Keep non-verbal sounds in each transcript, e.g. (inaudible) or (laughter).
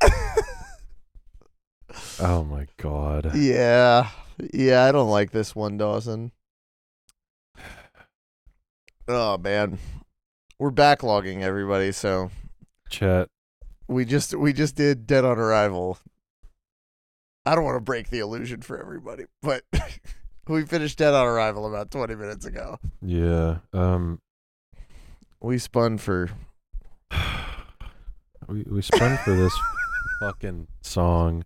(laughs) Oh my god. Yeah. Yeah, I don't like this one, Dawson. Oh man. We're backlogging everybody, so Chat. we just we just did Dead on Arrival. I don't want to break the illusion for everybody, but (laughs) we finished Dead on Arrival about 20 minutes ago. Yeah. Um We spun for we we spun for (laughs) this fucking song.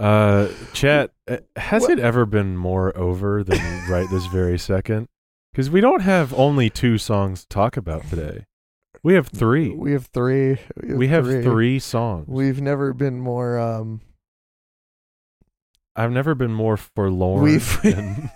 Uh chat, uh, has What- it ever been more over than right this very second? Cuz we don't have only two songs to talk about today. We have 3. We have 3. We have 3 songs. We've never been more um I've never been more forlorn. We've- (laughs) (laughs) than-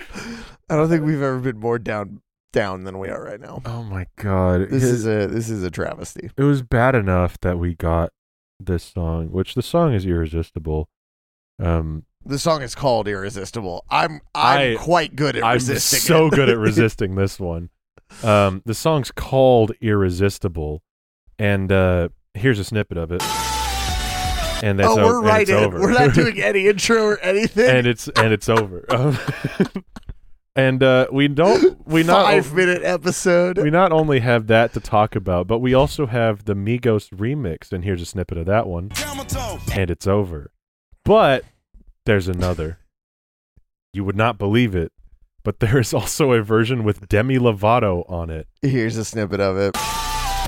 I don't think we've ever been more down down than we are right now. oh my god. This It- is a this is a travesty. it was bad enough that we got this song, which the song is irresistible. Um, The song is called Irresistible. I'm I'm I- quite good at I'm resisting. so (laughs) it. good at resisting this one. Um, the song's called "Irresistible," and uh, here's a snippet of it. And that's oh, o- we're and right it's in. over. We're not doing any intro or anything. (laughs) and it's and it's over. (laughs) Um, and uh, we don't we not five minute episode. we not only have that to talk about, but we also have the Migos remix, and here's a snippet of that one. And it's over. But there's another. you would not believe it, but there is also a version with Demi Lovato on it, Here's a snippet of it.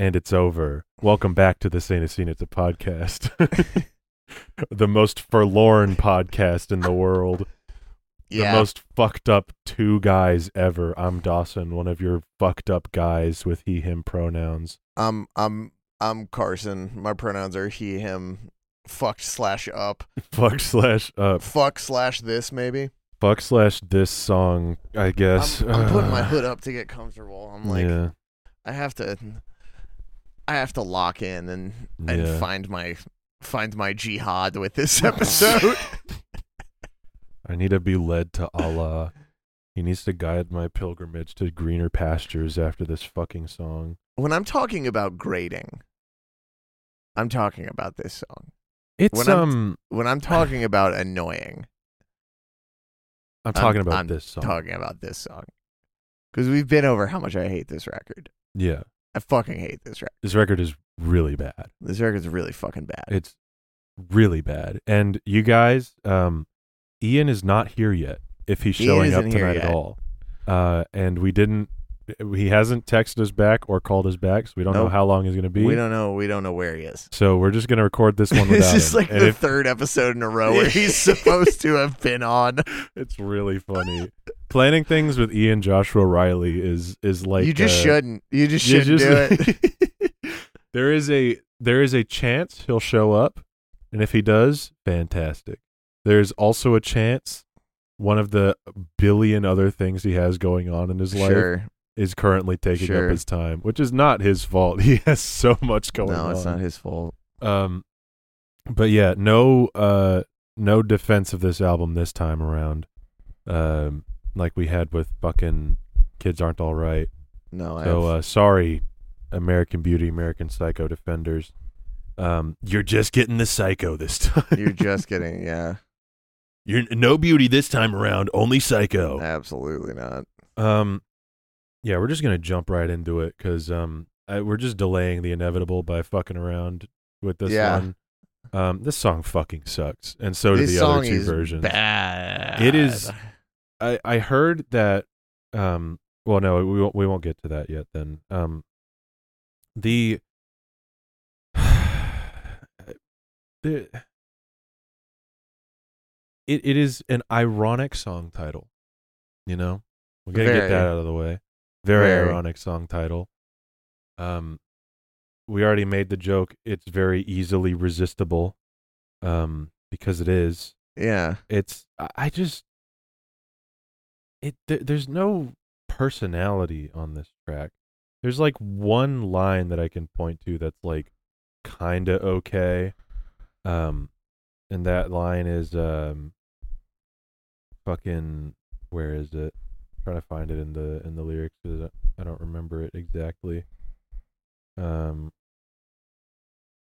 and it's over. Welcome back to the Saint of Seen It's a podcast. (laughs) the most forlorn podcast in the world. Yeah. The most fucked up two guys ever. I'm Dawson, one of your fucked up guys with he him pronouns. I'm I'm I'm Carson. My pronouns are he him. Fucked slash up. fuck slash uh Fuck slash this maybe. fuck slash this song i guess I'm, I'm putting my Uh, hood up to get comfortable. I'm like yeah I have to I have to lock in and and Yeah. find my find my jihad with (laughs) this episode. i need to be led to allah he needs to guide my pilgrimage to greener pastures after this fucking song when I'm talking about grading, I'm talking about this song. it's When I'm- um When I'm (sighs) talking about annoying, i'm talking I'm- about I'm this song talking about this song. Because we've been over how much I hate this record. yeah I fucking hate this record. this record is really bad This record's really fucking bad. it's really bad and you guys um ian is not here yet if he's Ian showing up isn't here tonight at yet. all uh and we didn't he hasn't texted us back or called us back so we don't know Nope. how long he's going to be we don't know. We don't know where he is. So we're just gonna record (laughs) this one This without is him. like and the if- third episode in a row where (laughs) he's supposed to have been on. it's really funny. Planning things with Ian Joshua Riley is is like you just uh, shouldn't. You (laughs) just you shouldn't do it. there is a there is a chance he'll show up, and if he does, fantastic. There's also a chance one of the billion other things he has going on in (laughs) his life Sure. is currently taking Sure. up his time, which is not his fault. (laughs) He has so much going on. No, it's not his fault. Um, but yeah, no, uh, no defense of this album this time around. Um, like we had with fucking kids aren't all right. No, I. So uh, sorry, American Beauty, American Psycho defenders. Um, you're just getting the psycho this (laughs) time. (laughs) You're just kidding. (laughs) Yeah, you're no beauty this time around, only psycho. absolutely not. Um, yeah, we're just gonna jump right into it because um, I, we're just delaying the inevitable by fucking around with this Yeah. one. Um, this song fucking sucks, and so do this the song other two is versions. bad. It is- I I heard that. Um, well, no, we won't we won't get to that yet. Then, um, the (sighs) the it it is an ironic song title. You know, we're gonna get Very. that out of the way. Very, Very. ironic song title. Um, we already made the joke. It's very easily resistible. Um, because it is Yeah, it's I- I just it there, there's no personality on this track. There's like one line that I can point to that's like kind of okay. Um and that line is um fucking where is it? trying to find it in the in the lyrics 'cause I- I don't remember it exactly. Um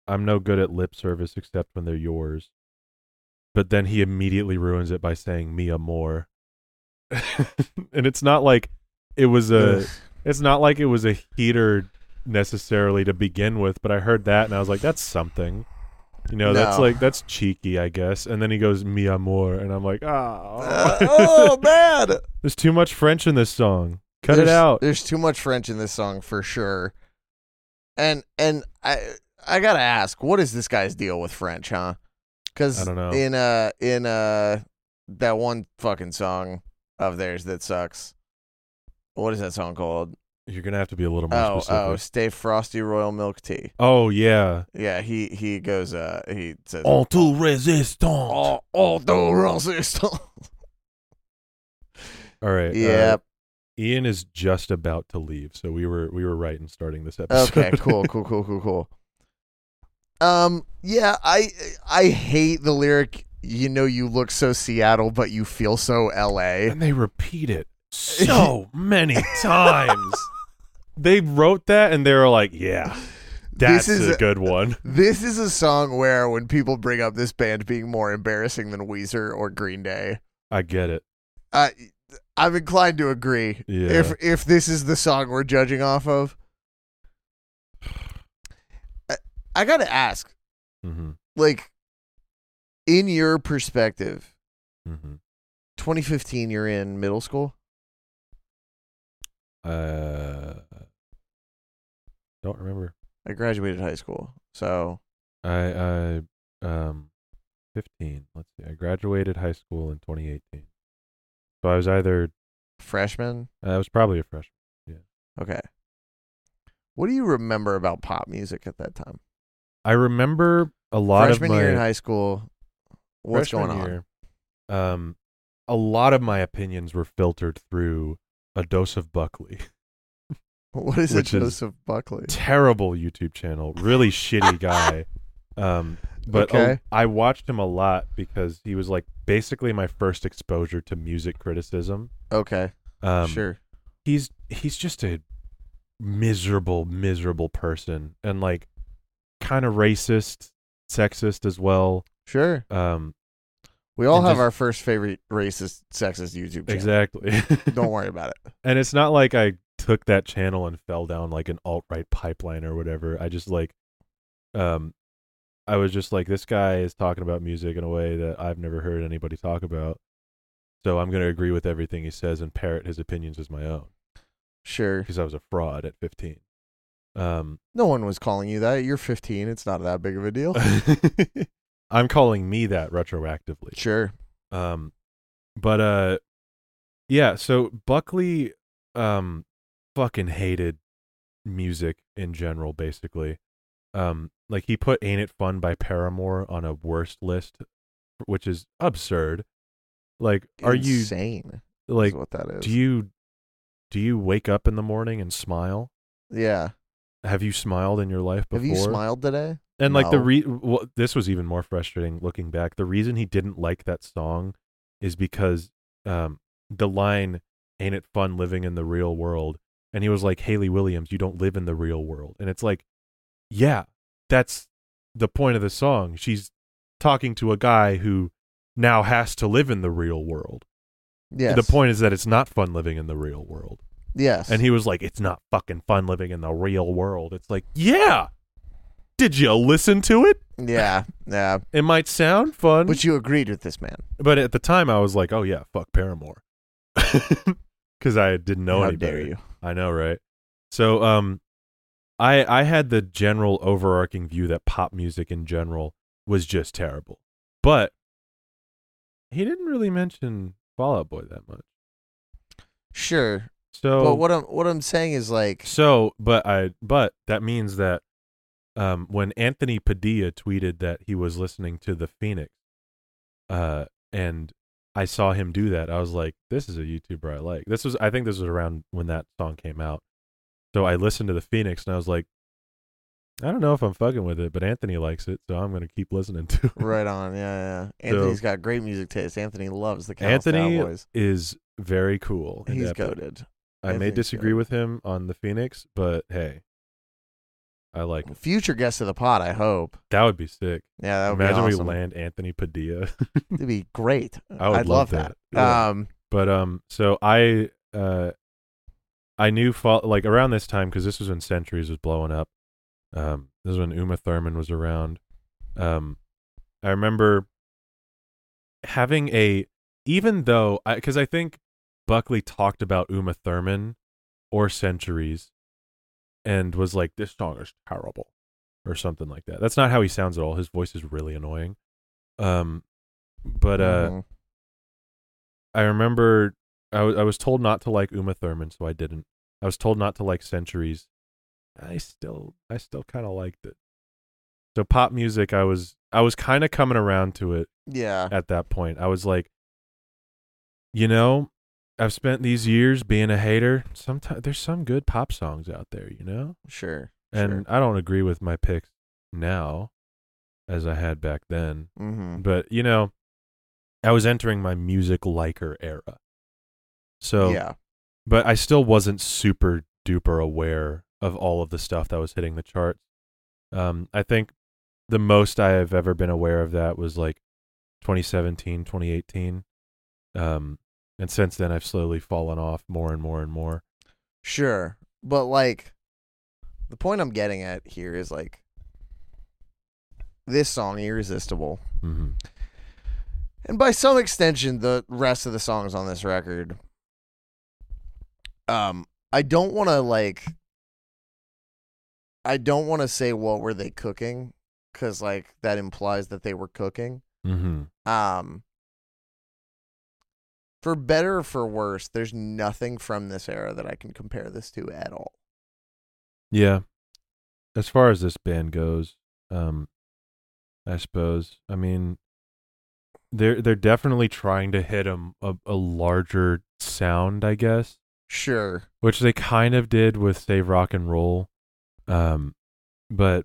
I'm no good at lip service except when they're yours. But then he immediately ruins it by saying Mia Moore. (laughs) and it's not like it was a it's not like it was a heater necessarily to begin with, but I heard that and I was like, that's something. You know, that's No. like that's cheeky, I guess. And then he goes Mia Moore and I'm like, (laughs) Uh, oh, oh man, there's too much French in this song. Cut there's, it out. There's too much French in this song for sure. And and I I gotta ask, what is this guy's deal with French, huh? Because I don't know. in uh in uh that one fucking song of theirs that sucks. What is that song called? You're gonna have to be a little more Oh oh, specific. stay frosty royal milk tea. Oh, yeah. Yeah, he he goes uh he says En tout résistant. all all (laughs) the All right. uh, Yeah. (laughs) Ian is just about to leave, so we were we were right in starting this episode. Okay, cool, cool, cool, cool, cool. Um, yeah, I I hate the lyric. You know, you look so Seattle, but you feel so L.A. (laughs) and they (laughs) repeat it so many times. They wrote that and they were like, "Yeah, that's is a a- good one." This is a song where when people bring up this band being more embarrassing than Weezer or Green Day, I get it. uh, I'm inclined to agree. Yeah. If if this is the song we're judging off of, I, I gotta ask, hmm like, in your perspective, hmm 2015, you're in middle school. Uh, don't remember. I graduated high school. So I I um, fifteen. Let's see. I graduated high school in 2018, so I was either freshman. I was probably a freshman. Okay. What do you remember about pop music at that time? I remember a lot freshman of my year in high school. What's freshman going on? year, um, a lot of my opinions were filtered through a dose of Buckley. (laughs) (laughs) What is Which a is- Joseph Buckley? Terrible YouTube channel, (laughs) really shitty guy. Um, (laughs) but Okay. a- I watched him a lot because he was like basically my first exposure to music criticism. Okay, Um, sure. he's he's just a miserable, miserable person, and like kind of racist, sexist as well. Sure. Um, We all and have just- our first favorite racist, sexist YouTube channel. exactly. (laughs) Don't worry about it. And it's not like I took that channel and fell down like an alt right pipeline or whatever. I just like, um, I was just like, this guy is talking about music in a way that I've never heard anybody talk about. So I'm going to agree with everything he says and parrot his opinions as my own Sure. because I was a fraud at 15. Um, (laughs) No one was calling you that. You're 15. It's not that big of a deal. I'm calling me that retroactively. sure. Um, but uh, yeah. So Buckley, um, fucking hated music in general. Basically, um, like he put "Ain't It Fun" by Paramore on a worst list, which is absurd. Like, are you insane? like? is what that is? Do you do you wake up in the morning and smile? yeah. Have you smiled in your life before? Have you smiled today? And like the No. re well, this was even more frustrating looking back. The reason he didn't like that song is because um the line ain't it fun living in the real world and he was like Haley Williams, you don't live in the real world. And it's like yeah, that's the point of the song. She's talking to a guy who now has to live in the real world. Yes. The point is that it's not fun living in the real world. Yes. And he was like, "It's not fucking fun living in the real world." It's like, "Yeah. Did you listen to it?" Yeah. (laughs) Yeah. It might sound fun, But you agreed with this man. but at the time I was like, "Oh yeah, (laughs) fuck Paramore," because I didn't know How any dare better. you? I know, right? So, um, I I had the general overarching view that pop music in general was just terrible, but he didn't really mention Fall Out Boy that much. Sure, So but what I'm what I'm saying is like, So, but I but that means that um when Anthony Padilla tweeted that he was listening to the Phoenix uh and I saw him do that, I was like, this is a YouTuber I like. This was I think this was around when that song came out. So I listened to the Phoenix and I was like I don't know if I'm fucking with it, but Anthony likes it, so I'm going to keep listening to it. (laughs) right on, yeah, yeah. So- Anthony's got great music taste. Anthony loves the Cowboys. Anthony Cowboys. is very cool. and He's epic. goaded. I may Anthony's disagree goated. with him on the Phoenix, but hey, I like it. Future guest of the pod, I hope. That would be sick. Yeah, that would Imagine be awesome. we land Anthony Padilla. (laughs) It'd be great. I would I'd love that. that. Yeah. Um, but um, so I uh, I knew fall like around this time because this was when Centuries was blowing up. Um, this is when Uma Thurman was around. Um, I remember having a even though I because I think Buckley talked about Uma Thurman or Centuries and was like, "This song is terrible," or something like that. That's not how he sounds at all. His voice is really annoying. Um, but uh. mhm. I remember I wa- I was told not to like Uma Thurman, so I didn't. I was told not to like Centuries. I still, I still kind of liked it. So pop music, I was, I was kind of coming around to it yeah, at that point. I was like, you know, I've spent these years being a hater. Sometimes there's some good pop songs out there, you know, sure. and I don't agree with my picks now, as I had back then. sure. Mm-hmm. But you know, I was entering my music liker era. So, yeah, but I still wasn't super duper aware of all of the stuff that was hitting the charts. Um, I think the most I have ever been aware of that was like 2017, 2018. Um, and since then, I've slowly fallen off more and more and more. sure. But like, the point I'm getting at here is like, this song irresistible, Mm-hmm. and by some extension, the rest of the songs on this record. Um, I don't want to like. I don't want to say what were they cooking, because like that implies that they were cooking. Mm-hmm. Um, for better or for worse, there's nothing from this era that I can compare this to at all. Yeah. As far as this band goes, um I suppose. I mean they're they're definitely trying to hit 'em a, a larger sound, I guess, Sure. which they kind of did with Save Rock and Roll. Um but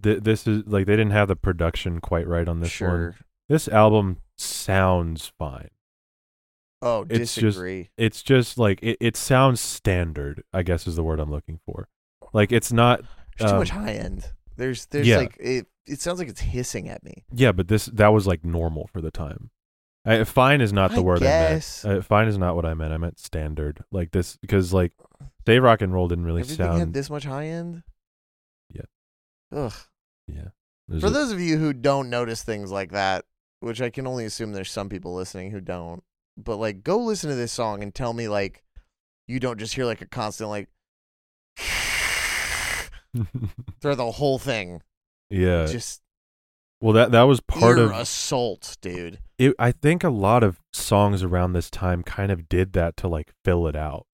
th- this is like they didn't have the production quite right on this sure. one. This album sounds fine. Oh, It's just- disagree. It's just like it, it sounds standard, I guess is the word I'm looking for. Like it's not there's too um, much high end. There's there's yeah. like it it sounds like it's hissing at me. Yeah, but this that was like normal for the time. I, fine is not the I word guess. I meant. Uh, fine is not what I meant. I meant standard. Like this because like Dave Rock and Roll didn't really Everything had sound. this much high end. Yeah. Ugh. yeah. There's For a- those of you who don't notice things like that, which I can only assume there's some people listening who don't, but like go listen to this song and tell me like you don't just hear like a constant like (laughs) throughout the whole thing. (laughs) yeah. just well, that that was part ear of. assault, dude. It, I think a lot of songs around this time kind of did that to like fill it out,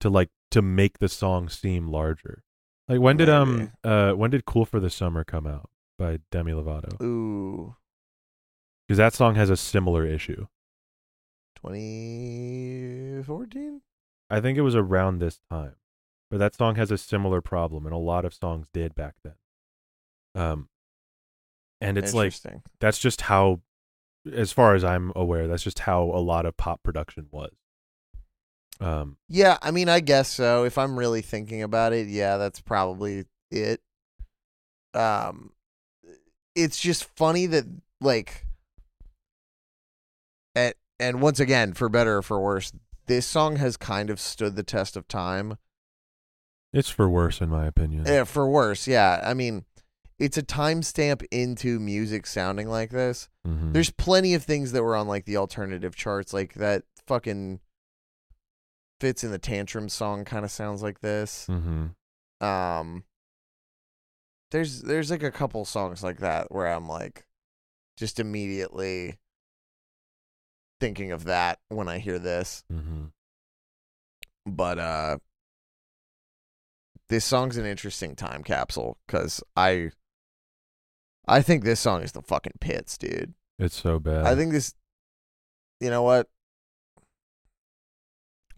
to like to make the song seem larger. Like when did um uh when did Cool for the Summer come out by Demi Lovato? Ooh, Because that song has a similar issue. 2014. I think it was around this time, but that song has a similar problem, and a lot of songs did back then. Um, and it's like Interesting. that's just how, as far as I'm aware, that's just how a lot of pop production was. Um, yeah. I mean, I guess so. If I'm really thinking about it, yeah, that's probably it. Um, it's just funny that like, and and once again, for better or for worse, this song has kind of stood the test of time. it's for worse, in my opinion. Yeah, for worse. Yeah, I mean, it's a timestamp into music sounding like this. Mhm. There's plenty of things that were on like the alternative charts, like that fucking fits in the tantrum song kind of sounds like this. Mhm. Um, there's there's like a couple songs like that where I'm like, just immediately thinking of that when I hear this. Mhm. But uh, this song's an interesting time capsule because I I think this song is the fucking pits, dude. It's so bad. I think this. You know what?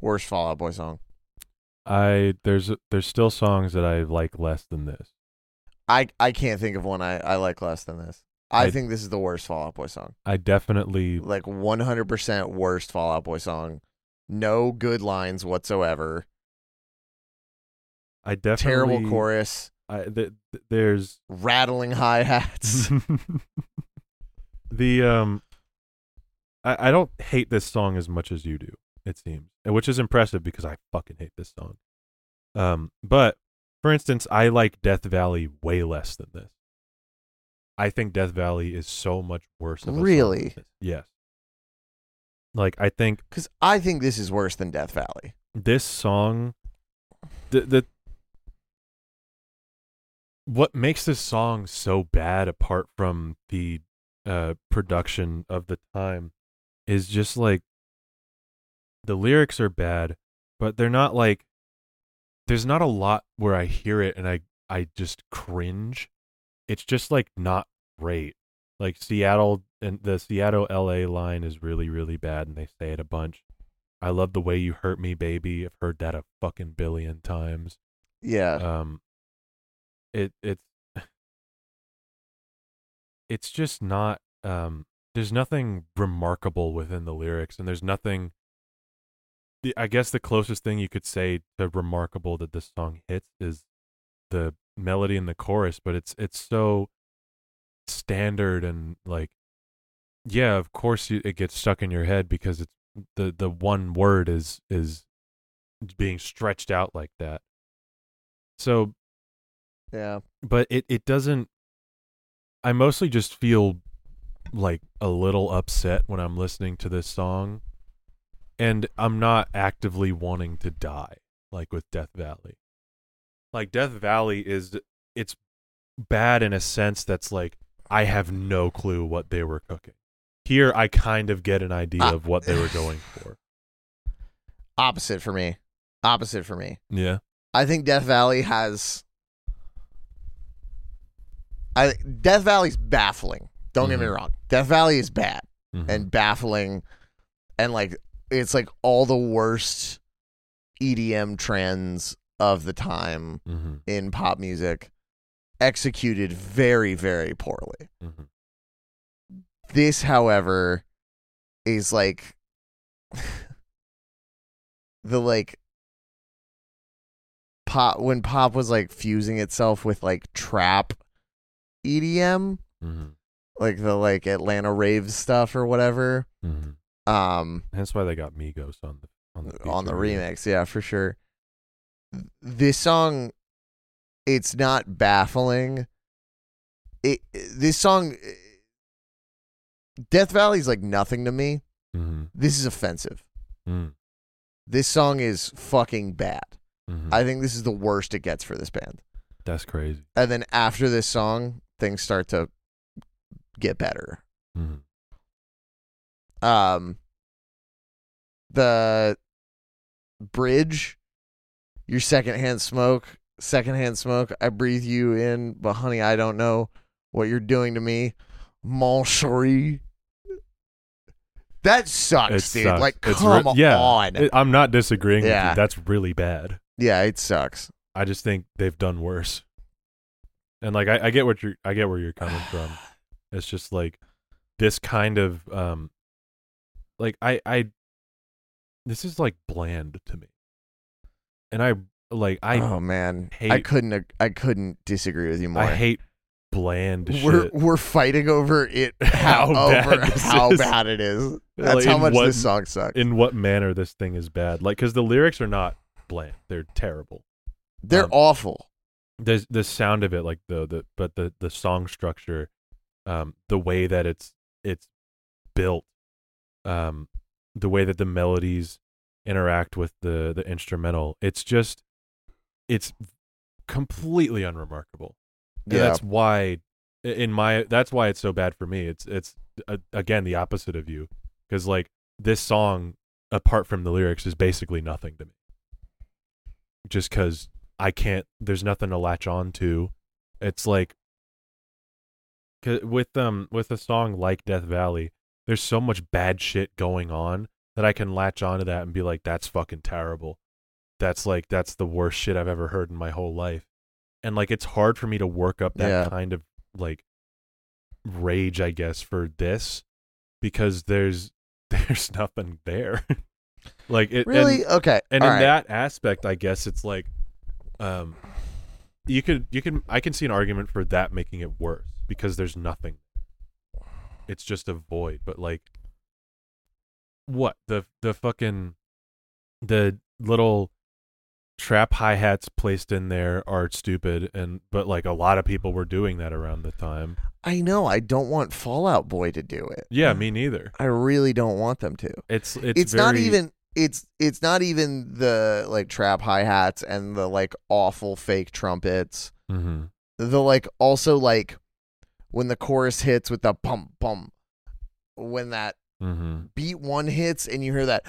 Worst Fallout Boy song. I there's there's still songs that I like less than this. I I can't think of one I I like less than this. I, I- think this is the worst Fallout Boy song. I definitely Like 100% worst Fallout Boy song. No good lines whatsoever. I definitely Terrible chorus, I, th- th- there's rattling hi (laughs) hats. the um I, I don't hate this song as much as you do it seems and which is impressive because i fucking hate this song um but for instance i like death valley way less than this i think death valley is so much worse of a song than Really? this. yes like i think Because I think this is worse than Death Valley. this song the, the what makes this song so bad apart from the uh production of the time is just like the lyrics are bad but they're not like there's not a lot where i hear it and i i just cringe it's just like not great like seattle and the seattle la line is really really bad and they say it a bunch I love the way you hurt me, baby. I've heard that a fucking billion times. Yeah. Um, it it's it's just not. Um, there's nothing remarkable within the lyrics, and there's nothing. The, I guess the closest thing you could say to remarkable that this song hits is the melody and the chorus, but it's it's so standard and like, yeah, of course you, it gets stuck in your head because it's the the one word is is being stretched out like that. So, yeah. but it it doesn't. I mostly just feel like a little upset when I'm listening to this song, and I'm not actively wanting to die like with Death Valley. Like Death Valley is it's bad in a sense that's like I have no clue what they were cooking. Here I kind of get an idea Ah. of what they were going for. Opposite for me. Opposite for me. Yeah. I think Death Valley has. I Death Valley's baffling. Don't get me Mhm. wrong. Death Valley is bad Mhm. and baffling, and like it's like all the worst EDM trends of the time Mhm. in pop music executed very very poorly. Mhm. This, however, is like (laughs) the like pop when pop was like fusing itself with like trap EDM, Mhm. like the like Atlanta rave stuff or whatever. Mhm. Um Hence why they got Migos on the on the on the feature. remix, yeah, for sure. This song it's not baffling. It this song eh, Death Valley's like nothing to me. Mhm. This is offensive. Mm. This song is fucking bad. Mhm. I think this is the worst it gets for this band. That's crazy. And then after this song, things start to get better. Mhm. Um the bridge, your secondhand smoke, secondhand smoke, I breathe you in, but honey, I don't know what you're doing to me. Mon chéri. That sucks, It dude. sucks. Like, It's come re- yeah. on. It- I'm not disagreeing with Yeah. you. That's really bad. yeah, it sucks. I just think they've done worse. And like I, I get what you're I get where you're (sighs) coming from. It's just like this kind of um like I I this is like bland to me. And I like I oh man, I hate- couldn't ag- I couldn't disagree with you more. I hate bland we're shit. we're fighting over it how, (laughs) How bad over (laughs) this how is. bad it is. That's Like, how in much what- this song sucks. in what manner this thing is bad. Like, because the lyrics are not bland; they're terrible. They're um, awful. The the sound of it, like the the but the the song structure, um, the way that it's it's built, um, the way that the melodies interact with the the instrumental, it's just it's completely unremarkable. And Yeah, that's why i- in my that's why it's so bad for me it's it's uh, again the opposite of you because like this song apart from the lyrics is basically nothing to me just because i can't there's nothing to latch on to it's like 'cause with um with a song like death valley there's so much bad shit going on that i can latch onto that and be like that's fucking terrible that's like that's the worst shit i've ever heard in my whole life and like it's hard for me to work up that Yeah. kind of like rage i guess for this because there's (laughs) there's nothing there like it and- really okay. and all in right. that aspect, I guess it's like Um, you could you can I can see an argument for that making it worse because there's nothing. It's just a void. But like, what the the fucking the little trap hi hats placed in there are stupid and but like a lot of people were doing that around the time. I know. I don't want Fallout Boy to do it. Yeah, me neither. I really don't want them to. It's it's, Mm-hmm. It's, not very- even. It's it's not even the like trap hi hats and the like awful fake trumpets. Mhm. The like also like when the chorus hits with the pump pump. When that Mhm. beat one hits and you hear (laughs) that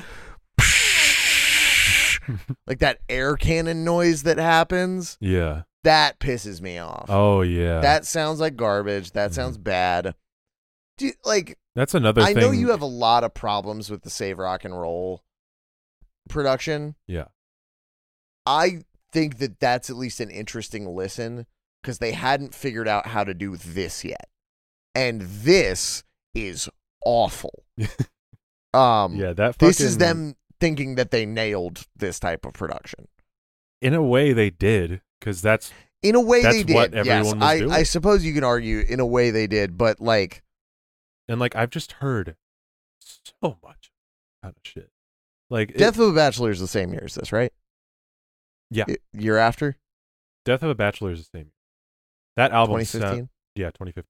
like that air cannon noise that happens Yeah. that pisses me off Oh yeah. that sounds like garbage that Mhm. sounds bad Dude, like That's another i thing. know you have a lot of problems with the save rock and roll production Yeah. i think that that's at least an interesting listen because they hadn't figured out how to do this yet and this is (laughs) awful um Yeah, that fucking, this is them thinking that they nailed this type of production. in a way they did cuz that's In a way, That's they did. what yes, everyone was I, doing. I suppose you can argue in a way they did, but like, and like I've just heard so much kind of shit. Like it- Death of a Bachelor is the same year as this, right? Yeah. Y- year after Death of a Bachelor is the same. That album twenty sound- fifteen. yeah, 2015.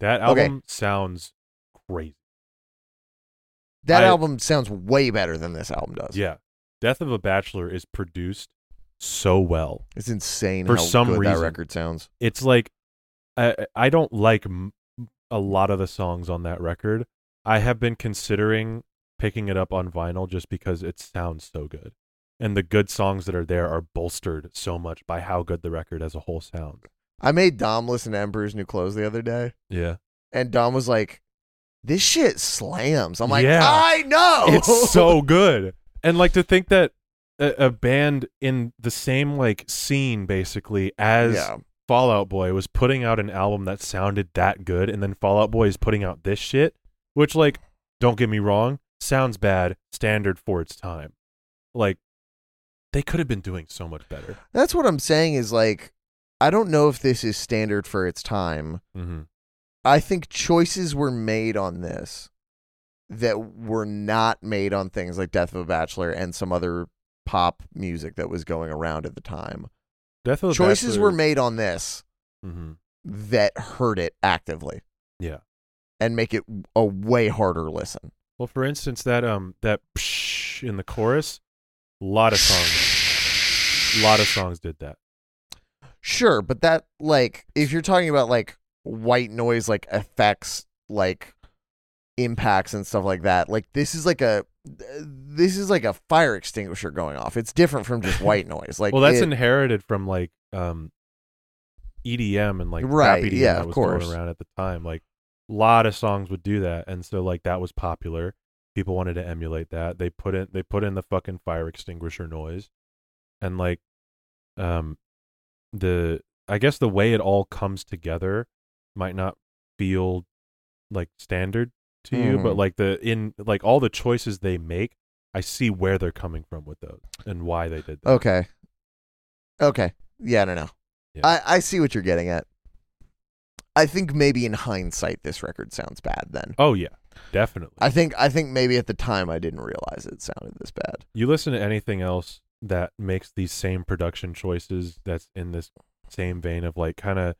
That Okay. album sounds crazy. That I- album sounds way better than this album does. Yeah. Death of a Bachelor is produced so well. it's insane For how some good that reason. record sounds. It's like I I don't like m- a lot of the songs on that record. I have been considering picking it up on vinyl just because it sounds so good. And the good songs that are there are bolstered so much by how good the record as a whole sounds. I made Dom listen to Emperor's New Clothes the other day, Yeah. and Dom was like, "This shit slams." I'm like, Yeah. "I know." (laughs) It's so good. And like to think that a, a band in the same like scene basically as yeah. Fallout Boy was putting out an album that sounded that good, and then Fallout Boy is putting out this shit, which, like, don't get me wrong, sounds bad, standard for its time. Like, they could have been doing so much better. That's what I'm saying is like I don't know if this is standard for its time. Mm-hmm. I think choices were made on this that were not made on things like Death of a Bachelor and some other pop music that was going around at the time. Death of the choices Bachelor- were made on this Mhm. that hurt it actively. Yeah. And make it a way harder listen. Well, for instance, that um that psh in the chorus, a lot of songs, a lot of songs did that. Sure, but that like if you're talking about like white noise like effects like impacts and stuff like that, like this is like a this is like a fire extinguisher going off. It's different from just (laughs) white noise. Like well, that's it- inherited from like um EDM and like Right, rap EDM yeah, that of was course. going around at the time. Like a lot of songs would do that, and so like that was popular. People wanted to emulate that. They put in they put in the fucking fire extinguisher noise, and like um the I guess the way it all comes together might not feel like standard to you, but Mhm. like the in like all the choices they make. I see where they're coming from with those and why they did that. okay. Okay. Yeah, I don't know. Yeah. I I see what you're getting at. I think maybe in hindsight this record sounds bad then. Oh yeah, definitely. I think I think maybe at the time I didn't realize it sounded this bad. you listen to anything else that makes these same production choices that's in this same vein of like kind of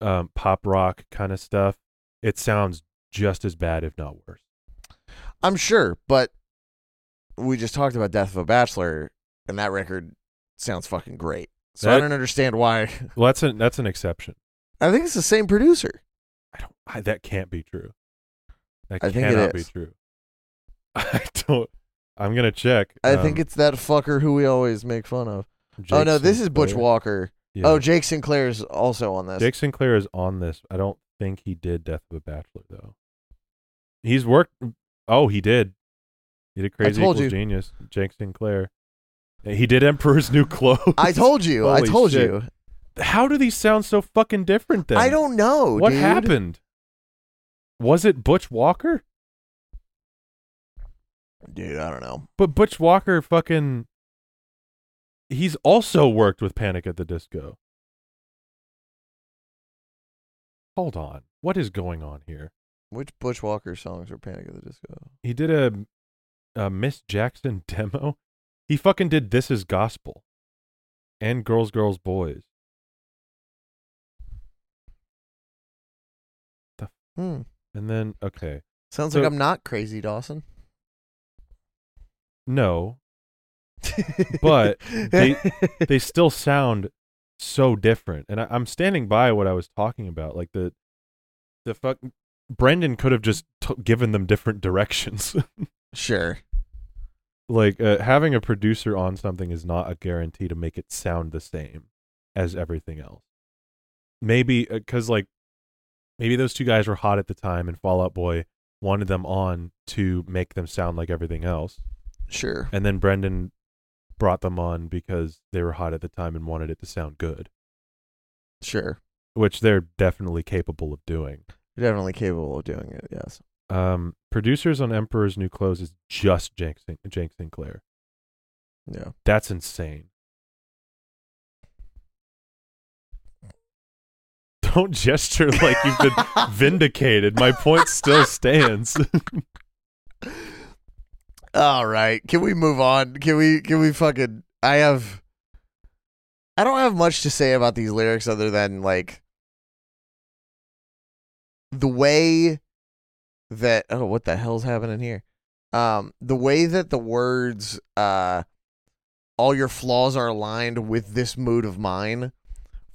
um, pop rock kind of stuff, it sounds just as bad if not (laughs) worse. I'm sure, but we just talked about Death of a Bachelor, and that record sounds fucking great. So I That- don't understand why. (laughs) Well, that's an that's an exception. I think it's the same producer. I don't. I, that can't be true. That I think it cannot is. be true. (laughs) I don't. I'm gonna check. um, I think it's that fucker who we always make fun of. oh no, this is Butch Walker. Oh, Jake Sinclair is also on this. Jake Sinclair is on this. I don't think he did Death of a Bachelor though. He's worked. Oh, he did. He did Crazy told Equals you. Genius. Jake Sinclair. And He did (laughs) Emperor's New Clothes. I told you. I Holy told shit. you. How do these sound so fucking different then? I don't know. What dude. happened? Was it Butch Walker? dude? I don't know. But Butch Walker fucking he's also worked with Panic at the Disco. Hold on. What is going on here? Which Bushwalker songs were Panic at the Disco? He did a, a Miss Jackson (laughs) demo. He fucking did This Is Gospel and Girls, Girls, Boys. Hmm. And then, okay. Sounds So- like I'm not crazy, Dawson. No, (laughs) But they- they still sound so different. And I, I'm standing by what I was talking about. Like the the fuck Brendan could have just t- given them different directions. (laughs) sure. like uh, having a producer on something is not a guarantee to make it sound the same as everything else. Maybe because like maybe those two guys were hot at the time, and Fallout Boy wanted them on to make them sound like everything else. Sure. And then Brendan brought them on because they were hot at the time and wanted it to sound good, Sure. which they're definitely capable of doing. You're definitely capable of doing it, yes. Um, producers on Emperor's New Clothes is just Jank, Sin- Jank Sinclair. Yeah. That's insane. (laughs) Don't gesture like you've been (laughs) vindicated. My point still stands. (laughs) All right. Can we move on? Can we can we fucking I have I don't have much to say about these lyrics other than like the way that oh what the hell's happening here? Um the way that the words uh all your flaws are aligned with this mood of mine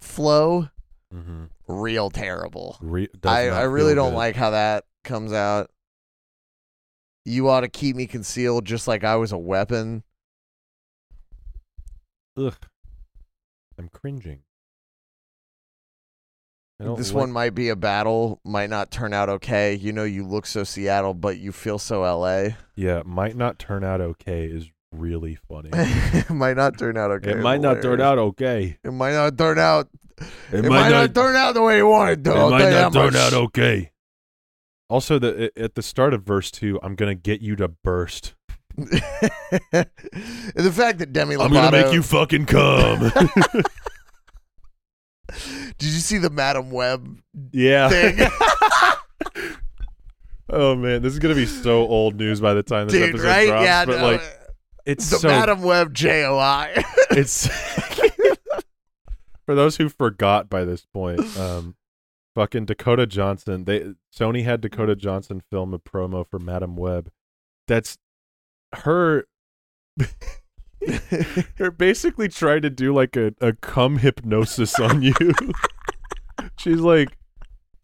flow mm-hmm. real terrible. Re- does I, not I really feel don't good. like how that comes out. You ought to keep me concealed just like I was a weapon. Ugh. I'm cringing. I don't This like- one might be a battle, might not turn out okay. You know, you look so Seattle, but you feel so LA. Yeah, might not turn out okay is really (laughs) funny. might not turn out okay. it might not turn Hilarious. out okay. It might not turn out. It, might, not, turn out the way you want it to. I'll tell you that much. okay. Also, the i- at the start of verse two, I'm gonna get you to burst. (laughs) And the fact that Demi Lovato. I'm gonna make you fucking come. (laughs) Did you see the Madam (laughs) Web yeah. thing? Oh man, this is gonna be so old news by the time this (laughs) Dude, episode right? drops. yeah, but no, like, it's the so Madam Web JOI. (laughs) it's (laughs) for those who forgot by this point. Um, fucking Dakota Johnson. They Sony had Dakota Johnson film a promo for Madam Web. That's her (laughs) They're basically trying to do like a, a cum hypnosis on you. She's like,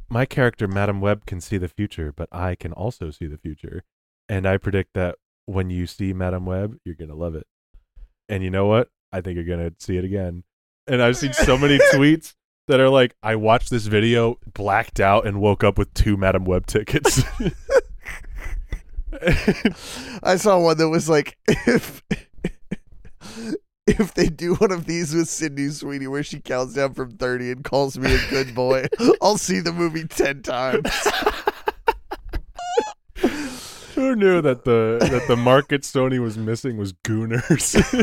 My character, Madam Webb, can see the future, but I can also see the future. And I predict that when you see Madam Webb, you're going to love it. And you know what? I think you're going to see it again. And I've seen so many tweets that are like, I watched this video, blacked out, and woke up with two Madam Webb tickets. (laughs) I saw one that was like, (laughs) if if they do one of these with Sydney Sweeney, where she counts down from thirty and calls me a good (laughs) boy, I'll see the movie ten times. Who knew that the that the market Sony was missing was gooners?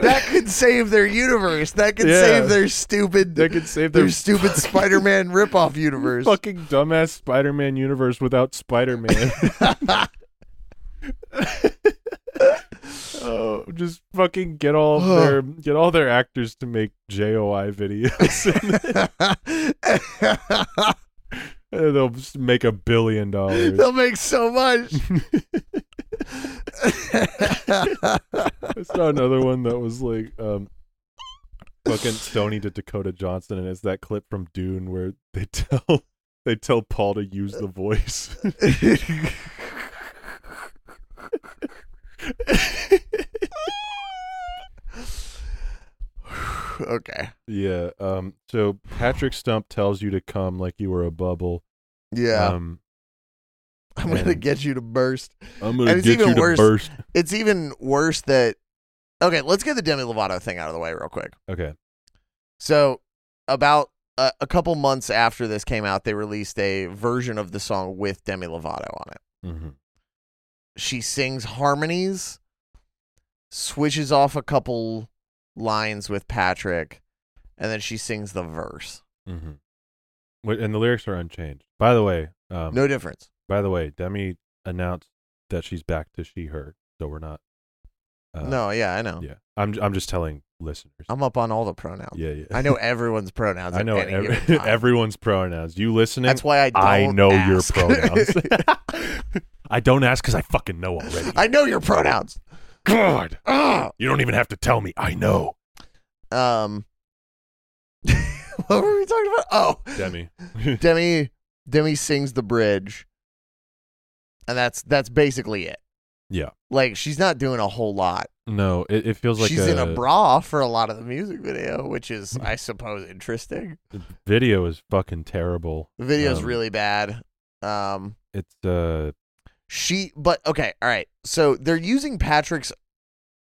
That could save their universe. That could Yeah. save their stupid, (laughs) They could save (laughs) their their stupid Spider-Man ripoff universe. fucking dumbass Spider-Man universe without (laughs) Spider-Man. oh, just fucking get all of (sighs) their get all their actors to make JOI videos. and (laughs) they'll just make a billion (laughs) dollars. They'll make so much. (laughs) I saw another one that was like um fucking Sony to Dakota Johnson and it's that clip from Dune where they (laughs) tell they tell Paul to use the voice. (laughs) okay. yeah. Um so Patrick Stump tells you to come like you were a bubble. Yeah. Um I'm going to and- get you to burst. And I'm gonna it's get you even to worse- burst. It's even worse that. Okay, let's get the Demi Lovato thing out of the way real quick. Okay. So, about a, a couple months after this came out, they released a version of the song with Demi Lovato on it. Mm-hmm. she sings harmonies, switches off a couple lines with Patrick, and then she sings the verse. Mm-hmm. Wait, and the lyrics are unchanged. By the way, um, No difference. By the way, Demi announced that she's back to she/her, so we're not. Uh, no, yeah, I know. Yeah, I'm. I'm just telling listeners. I'm up on all the pronouns. yeah, yeah. I know everyone's pronouns. (laughs) I know At any ev- given time. (laughs) everyone's pronouns. You listening? That's why I don't I know your ask. pronouns. (laughs) I don't ask because I fucking know already. (laughs) I Ah! know your pronouns. (laughs) God, Ugh. you don't even have to tell me. I (laughs) know. Um, (laughs) what were we talking about? Oh, Demi. (laughs) Demi Demi sings the bridge. And that's that's basically it. Yeah. Like she's not doing a whole lot. No, it, it feels like she's in a bra for a lot of the music video, which is I suppose interesting. video is fucking terrible. The video's Um, really bad. Um It's uh she but okay, all right. So they're using Patrick's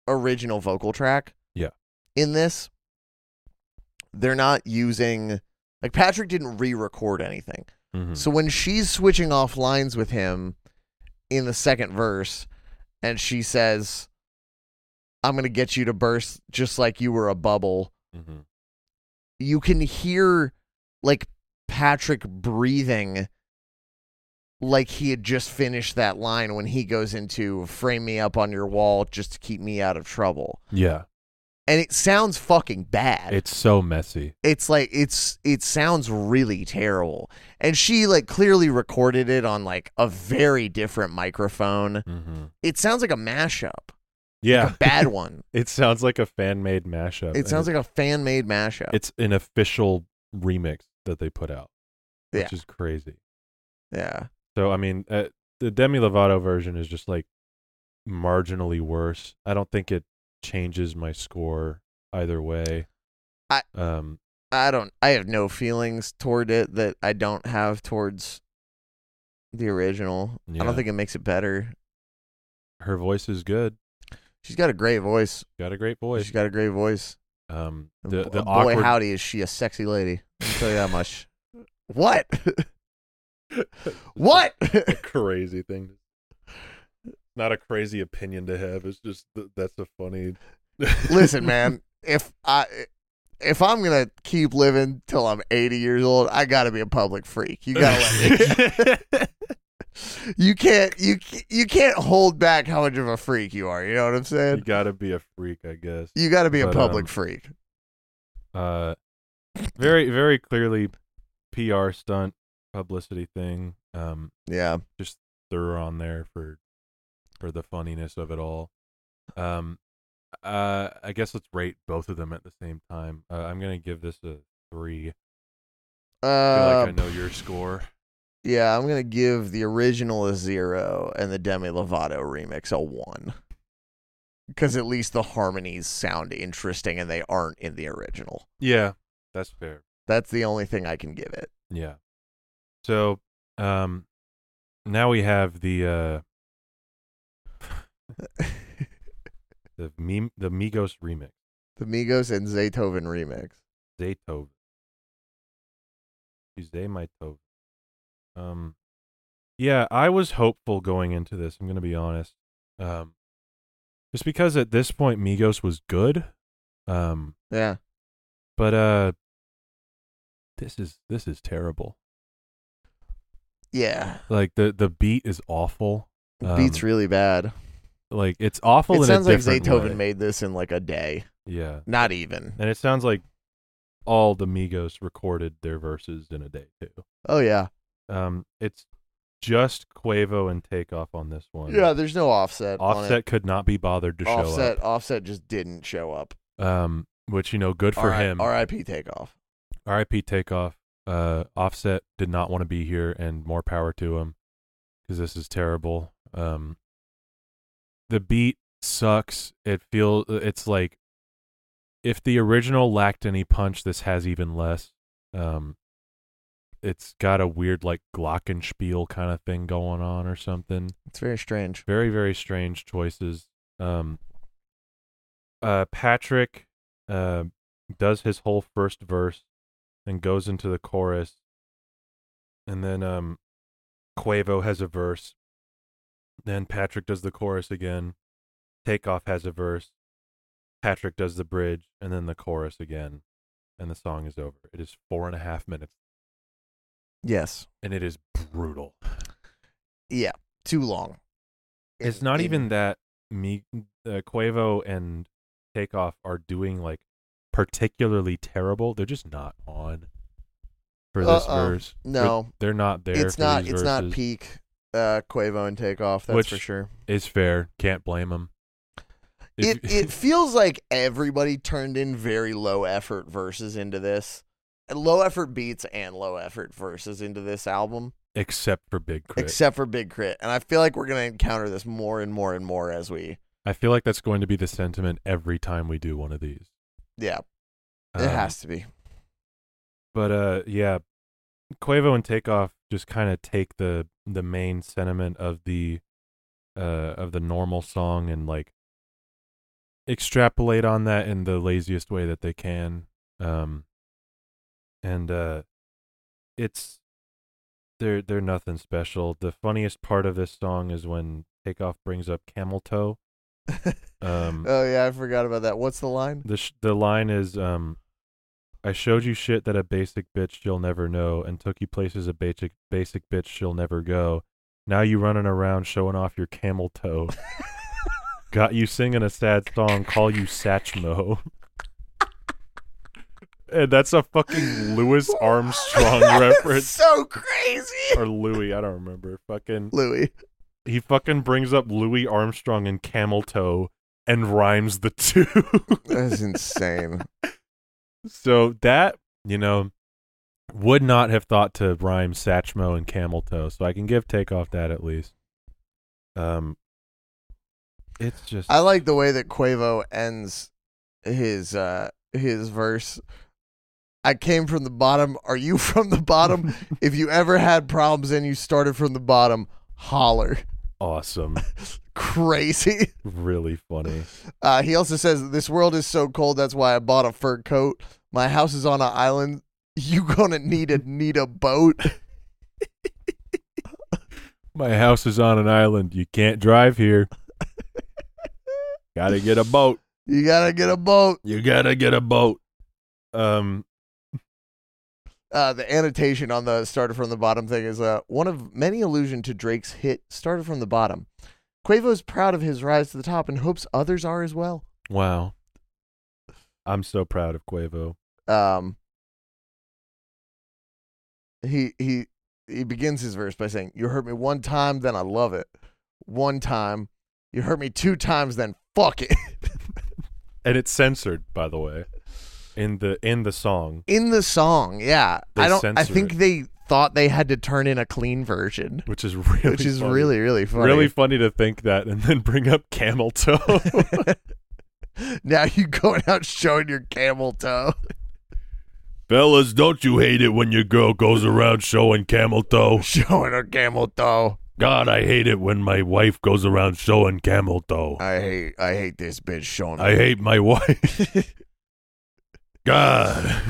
original vocal track. Yeah. In this they're not using like Patrick didn't re-record anything. mhm. So when she's switching off lines with him in the second verse, and she says, I'm going to get you to burst just like you were a bubble, Mhm. you can hear like Patrick breathing like he had just finished that line when he goes into frame me up on your wall just to keep me out of trouble. yeah, And it sounds fucking bad it's so messy. it's like it's it sounds really terrible and she like clearly recorded it on like a very different microphone hmm it sounds like a mashup Yeah, bad one (laughs) it sounds like a fan made mashup. it sounds like a fan-made mashup it's an official remix that they put out, which Yeah. is crazy. yeah So I mean, uh, the Demi Lovato version is just like marginally worse. I don't think it changes my score either way. I- um i don't i have no feelings toward it that i don't have towards the original i Yeah. don't think it makes it better her voice is good. she's got a great voice Got a great she's voice. got a great voice Um And the bo- the boy awkward howdy is she a sexy lady i'll tell you that much (laughs) what what crazy thing. Not a crazy opinion to have. It's just th- that's a funny. (laughs) Listen, man, if I if I'm gonna keep living till I'm 80 years old, I gotta be a public freak. You gotta let me. (laughs) You can't you ca- you can't hold back how much of a freak you are. You know what I'm you saying? gotta be a freak, I guess. You gotta be a But, public um, freak. (laughs) Uh, very very clearly, PR stunt, publicity thing. Um, Yeah, threw her on there for for the funniness of it all. Um, uh, I guess let's rate both of them at the same time. Uh, I'm gonna give this a three. I feel uh, like I know your score. yeah. I'm gonna give the original a zero and the Demi Lovato remix a one. Because at least the harmonies sound interesting and they aren't in the original. Yeah, that's fair. That's the only thing I can give it. Yeah. So, um, now we have the (laughs) uh, the meme, the Migos remix, The Migos and Zaytoven remix. Zaytov. Tuesday, my Tov. Um, yeah, I was hopeful going into this. I'm gonna be honest. Um, just because at this point Migos was good. Um, Yeah. but uh, this is this is terrible. Yeah. Like the the beat is awful. The beat's Um, really bad. like it's awful. in It a sounds like different Zaytoven way. made this in like a day. Yeah, Not even. and it sounds like all the Migos recorded their verses in a day too. Oh yeah. Um, it's just Quavo and Takeoff on this one. Yeah, there's no offset. on it. Offset could not be bothered to offset offset just didn't show up. show up. Um, which you know, good for R.I- him. R.I.P. takeoff. R.I.P. Takeoff. Uh, Offset did not want to be here, and more power to him, because this is terrible. Um, the beat sucks. It feels it's like if the original lacked any punch, this has even less. Um, it's got a weird like glockenspiel kind of thing going on or something. It's very strange. Very very strange choices. Um, uh, Patrick uh, does his whole first verse and goes into the chorus, and then um, Quavo has a verse, Then Patrick does the chorus again. Takeoff has a verse. Patrick does the bridge, and then the chorus again, and the song is over. It is four and a half minutes, Yes. and it is brutal. Yeah. Too long. It's In- not in- even that me uh, Quavo and Takeoff are doing like particularly terrible. They're just not on for this Uh-uh. verse. For- No. they're not there. It's for not. these It's not verses. peak. Uh, Quavo and takeoff. That's Which- for sure. It's fair. Can't blame them. It (laughs) it feels like everybody turned in very low effort verses into this, low effort beats and low effort verses into this album, except for Big Crit. except for Big Crit. And I feel like we're gonna encounter this more and more and more as we. I feel like that's going to be the sentiment every time we do one of these. Yeah, it Um, has to be. But uh, yeah, Quavo and Takeoff just kind of take the the main sentiment of the uh of the normal song and like extrapolate on that in the laziest way that they can. Um, and uh, it's they're they're nothing special. The funniest part of this song is when Takeoff brings up Camel Toe. Um, oh yeah, I forgot about that. What's the line? (laughs) The sh- the line is um, I showed you shit that a basic bitch she'll never know, and took you places a basic basic bitch she'll never go. Now you running around showing off your camel toe. Got you singing a sad song, call you Satchmo. and that's a fucking Louis (laughs) Armstrong reference so crazy, or Louis, I don't remember. Fucking Louis. he fucking brings up Louis Armstrong and camel toe and rhymes the two. (laughs) That's insane. So that, you know, would not have thought to rhyme Satchmo and Camel Toe. So I can give Takeoff that at least. Um, it's just I like the way that Quavo ends his uh his verse. I came from the bottom. Are you (laughs) from the (laughs) bottom? if you ever had problems and you started from the bottom, holler. awesome, Crazy. (laughs) really funny. Uh, he also says this world is so cold. That's why I bought a fur coat. My house is on an island. You gonna need a need a boat. (laughs) My house is on an island. You can't drive here. gotta get a boat. You gotta get a boat. You gotta get a boat. Um, Uh, the annotation on the started from the bottom thing is uh, one of many allusion to Drake's hit started from the bottom. Quavo's proud of his rise to the top and hopes others are as well. wow. I'm so proud of Quavo. Um, he he he begins his verse by saying, "You hurt me one time, then I love it. One time, you hurt me two times, then fuck it." (laughs) And it's censored, by the way, in the in the song. In the song, yeah, They I don't. I censor think it. they thought they had to turn in a clean version, Which is (laughs) really, which is funny. really really funny. Really funny to think that and then bring up camel toe. now you (laughs) going out showing your camel (laughs) toe. (laughs) Fellas, don't you hate it when your girl goes around showing camel toe? showing her camel toe. God, I hate it when my wife goes around showing camel toe. I hate I hate this bitch showing I hate my (laughs) wife. God.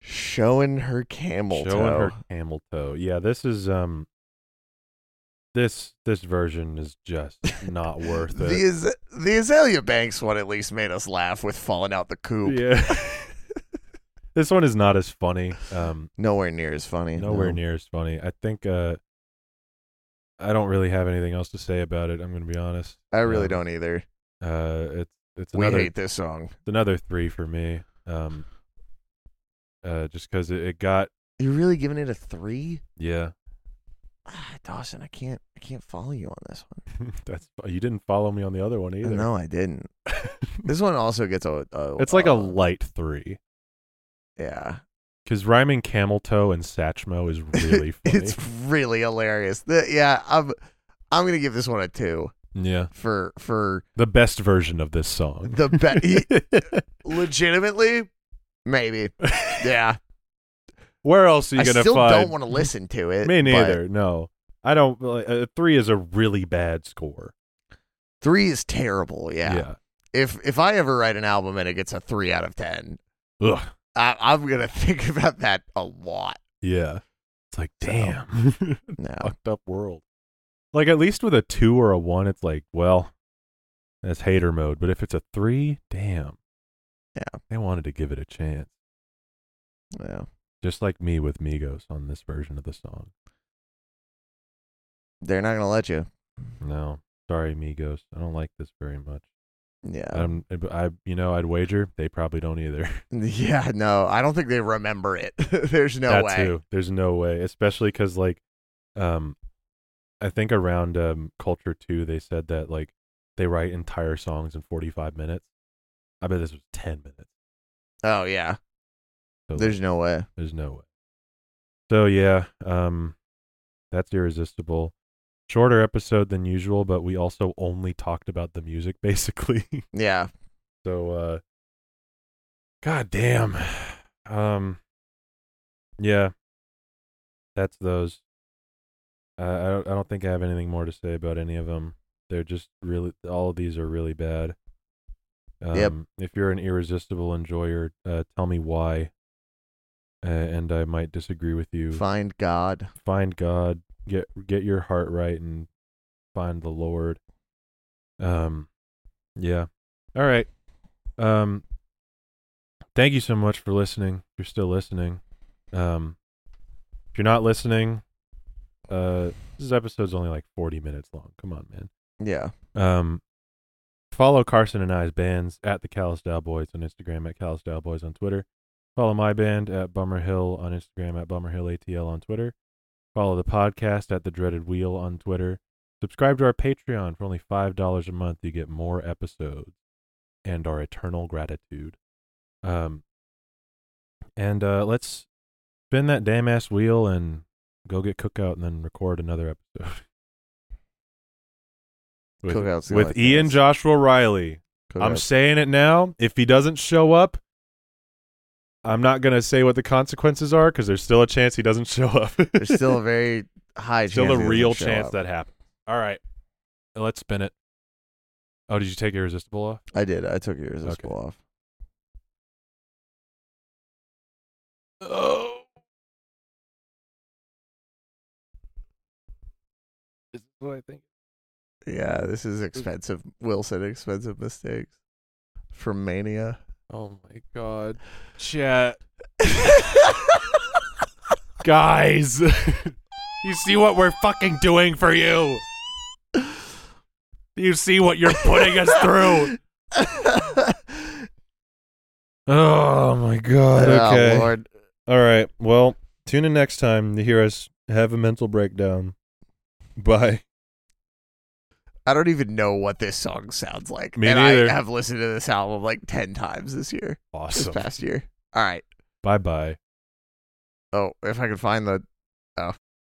showing her camel showing toe. her camel toe. Yeah, this is um this this version is just not (laughs) worth The, it. Az- the Azalea Banks one at least made us laugh with falling out the coop. yeah. (laughs) this one is not as funny. Um Nowhere near as funny. Nowhere no. near as funny. I think uh I don't really have anything else to say about it, I'm gonna be honest. I really Um, don't either. Uh it's it's We another hate this song. it's another three for me. Um uh just because it, it got You're really giving it a three? yeah. (laughs) Ah, Dawson, I can't I can't follow you on this one. That's you didn't follow me on the other one either. No, I didn't. this one also gets a, a (laughs) It's like a light three. yeah. Because rhyming camel toe and Satchmo is really (laughs) funny. it's really hilarious. The- yeah, I'm I'm gonna give this one a two yeah. for for The best version of this song. the (laughs) e be- legitimately (laughs) maybe yeah. Where else are you I gonna still find don't want to listen to it. Me but neither. No, I don't. like, Uh, three is a really bad score. Three is terrible. Yeah. If if I ever write an album and it gets a three out of ten, Yeah. Ugh. I, I'm gonna (laughs) think about that a lot. Yeah. It's like So. damn, (laughs) (laughs) No. Uh, fucked up world. Like at least with a two or a one, it's like, well, that's hater mode. But if it's a three, damn. Yeah. They wanted to give it a chance. Yeah. Just like me with Migos on this version of the song. They're not gonna let you. No. Sorry, Migos. I don't like this very much. Yeah. Um, I, you know, I'd wager they probably don't either. (laughs) yeah, no. I don't think they remember it. (laughs) There's no that way. too. There's no way, especially because like, um, I think around um culture two, they said that like they write entire songs in 45 minutes. I bet this was 10 minutes. Oh yeah. So There's no way. there's no way. So yeah, um, that's irresistible. Shorter episode than usual, but we also only talked about the music (laughs) basically. Yeah. So uh God damn. Um Yeah. That's those. Uh, I don't I don't think I have anything more to say about any of them. They're just really all of these are really bad. Um Yep. if you're an irresistible enjoyer, uh tell me why. Uh, and I might disagree with you. Find God. Find God, get get your heart right and find the Lord. Um, yeah. All right. Um, thank you so much for listening. If you're still listening, um, if you're not listening, uh, this episode's only like 40 minutes long. Come on, man. Yeah. Um, follow Carson and I's bands at the Calisdale Boys on Instagram, at Calisdale Boys on Twitter. Follow my band at Bummer Hill on Instagram, at Bummer Hill ATL on Twitter. Follow the podcast at The Dreaded Wheel on Twitter. Subscribe to our Patreon for only $5 a month. You get more episodes and our eternal gratitude. Um, and uh, let's spin that damn ass wheel and go get cookout and then record another episode. (laughs) With- Cookout's the only with thing Ian that's- Joshua Riley. I'm Cookout. saying it now. If he doesn't show up, I'm not gonna say what the consequences are because there's still a chance he doesn't (laughs) show up. There's still a very high still chance a he doesn't real show chance up. that happens. All right, let's spin it. Oh, did you take irresistible off? I did. I took irresistible off. Oh. Is this what I think? Yeah, this is expensive. Will said expensive mistakes from Mania. Oh my god, chat, guys, (laughs) you see what we're fucking doing for you? You see what you're (laughs) putting us through? Oh my god. Oh, Okay. Lord. All right. Well, tune in next time to hear us have a mental breakdown. Bye. I don't even know what this song sounds like. Me and neither. I have listened to this album like 10 times this year, this Awesome. past year. All right. Bye bye. Oh, if I could find the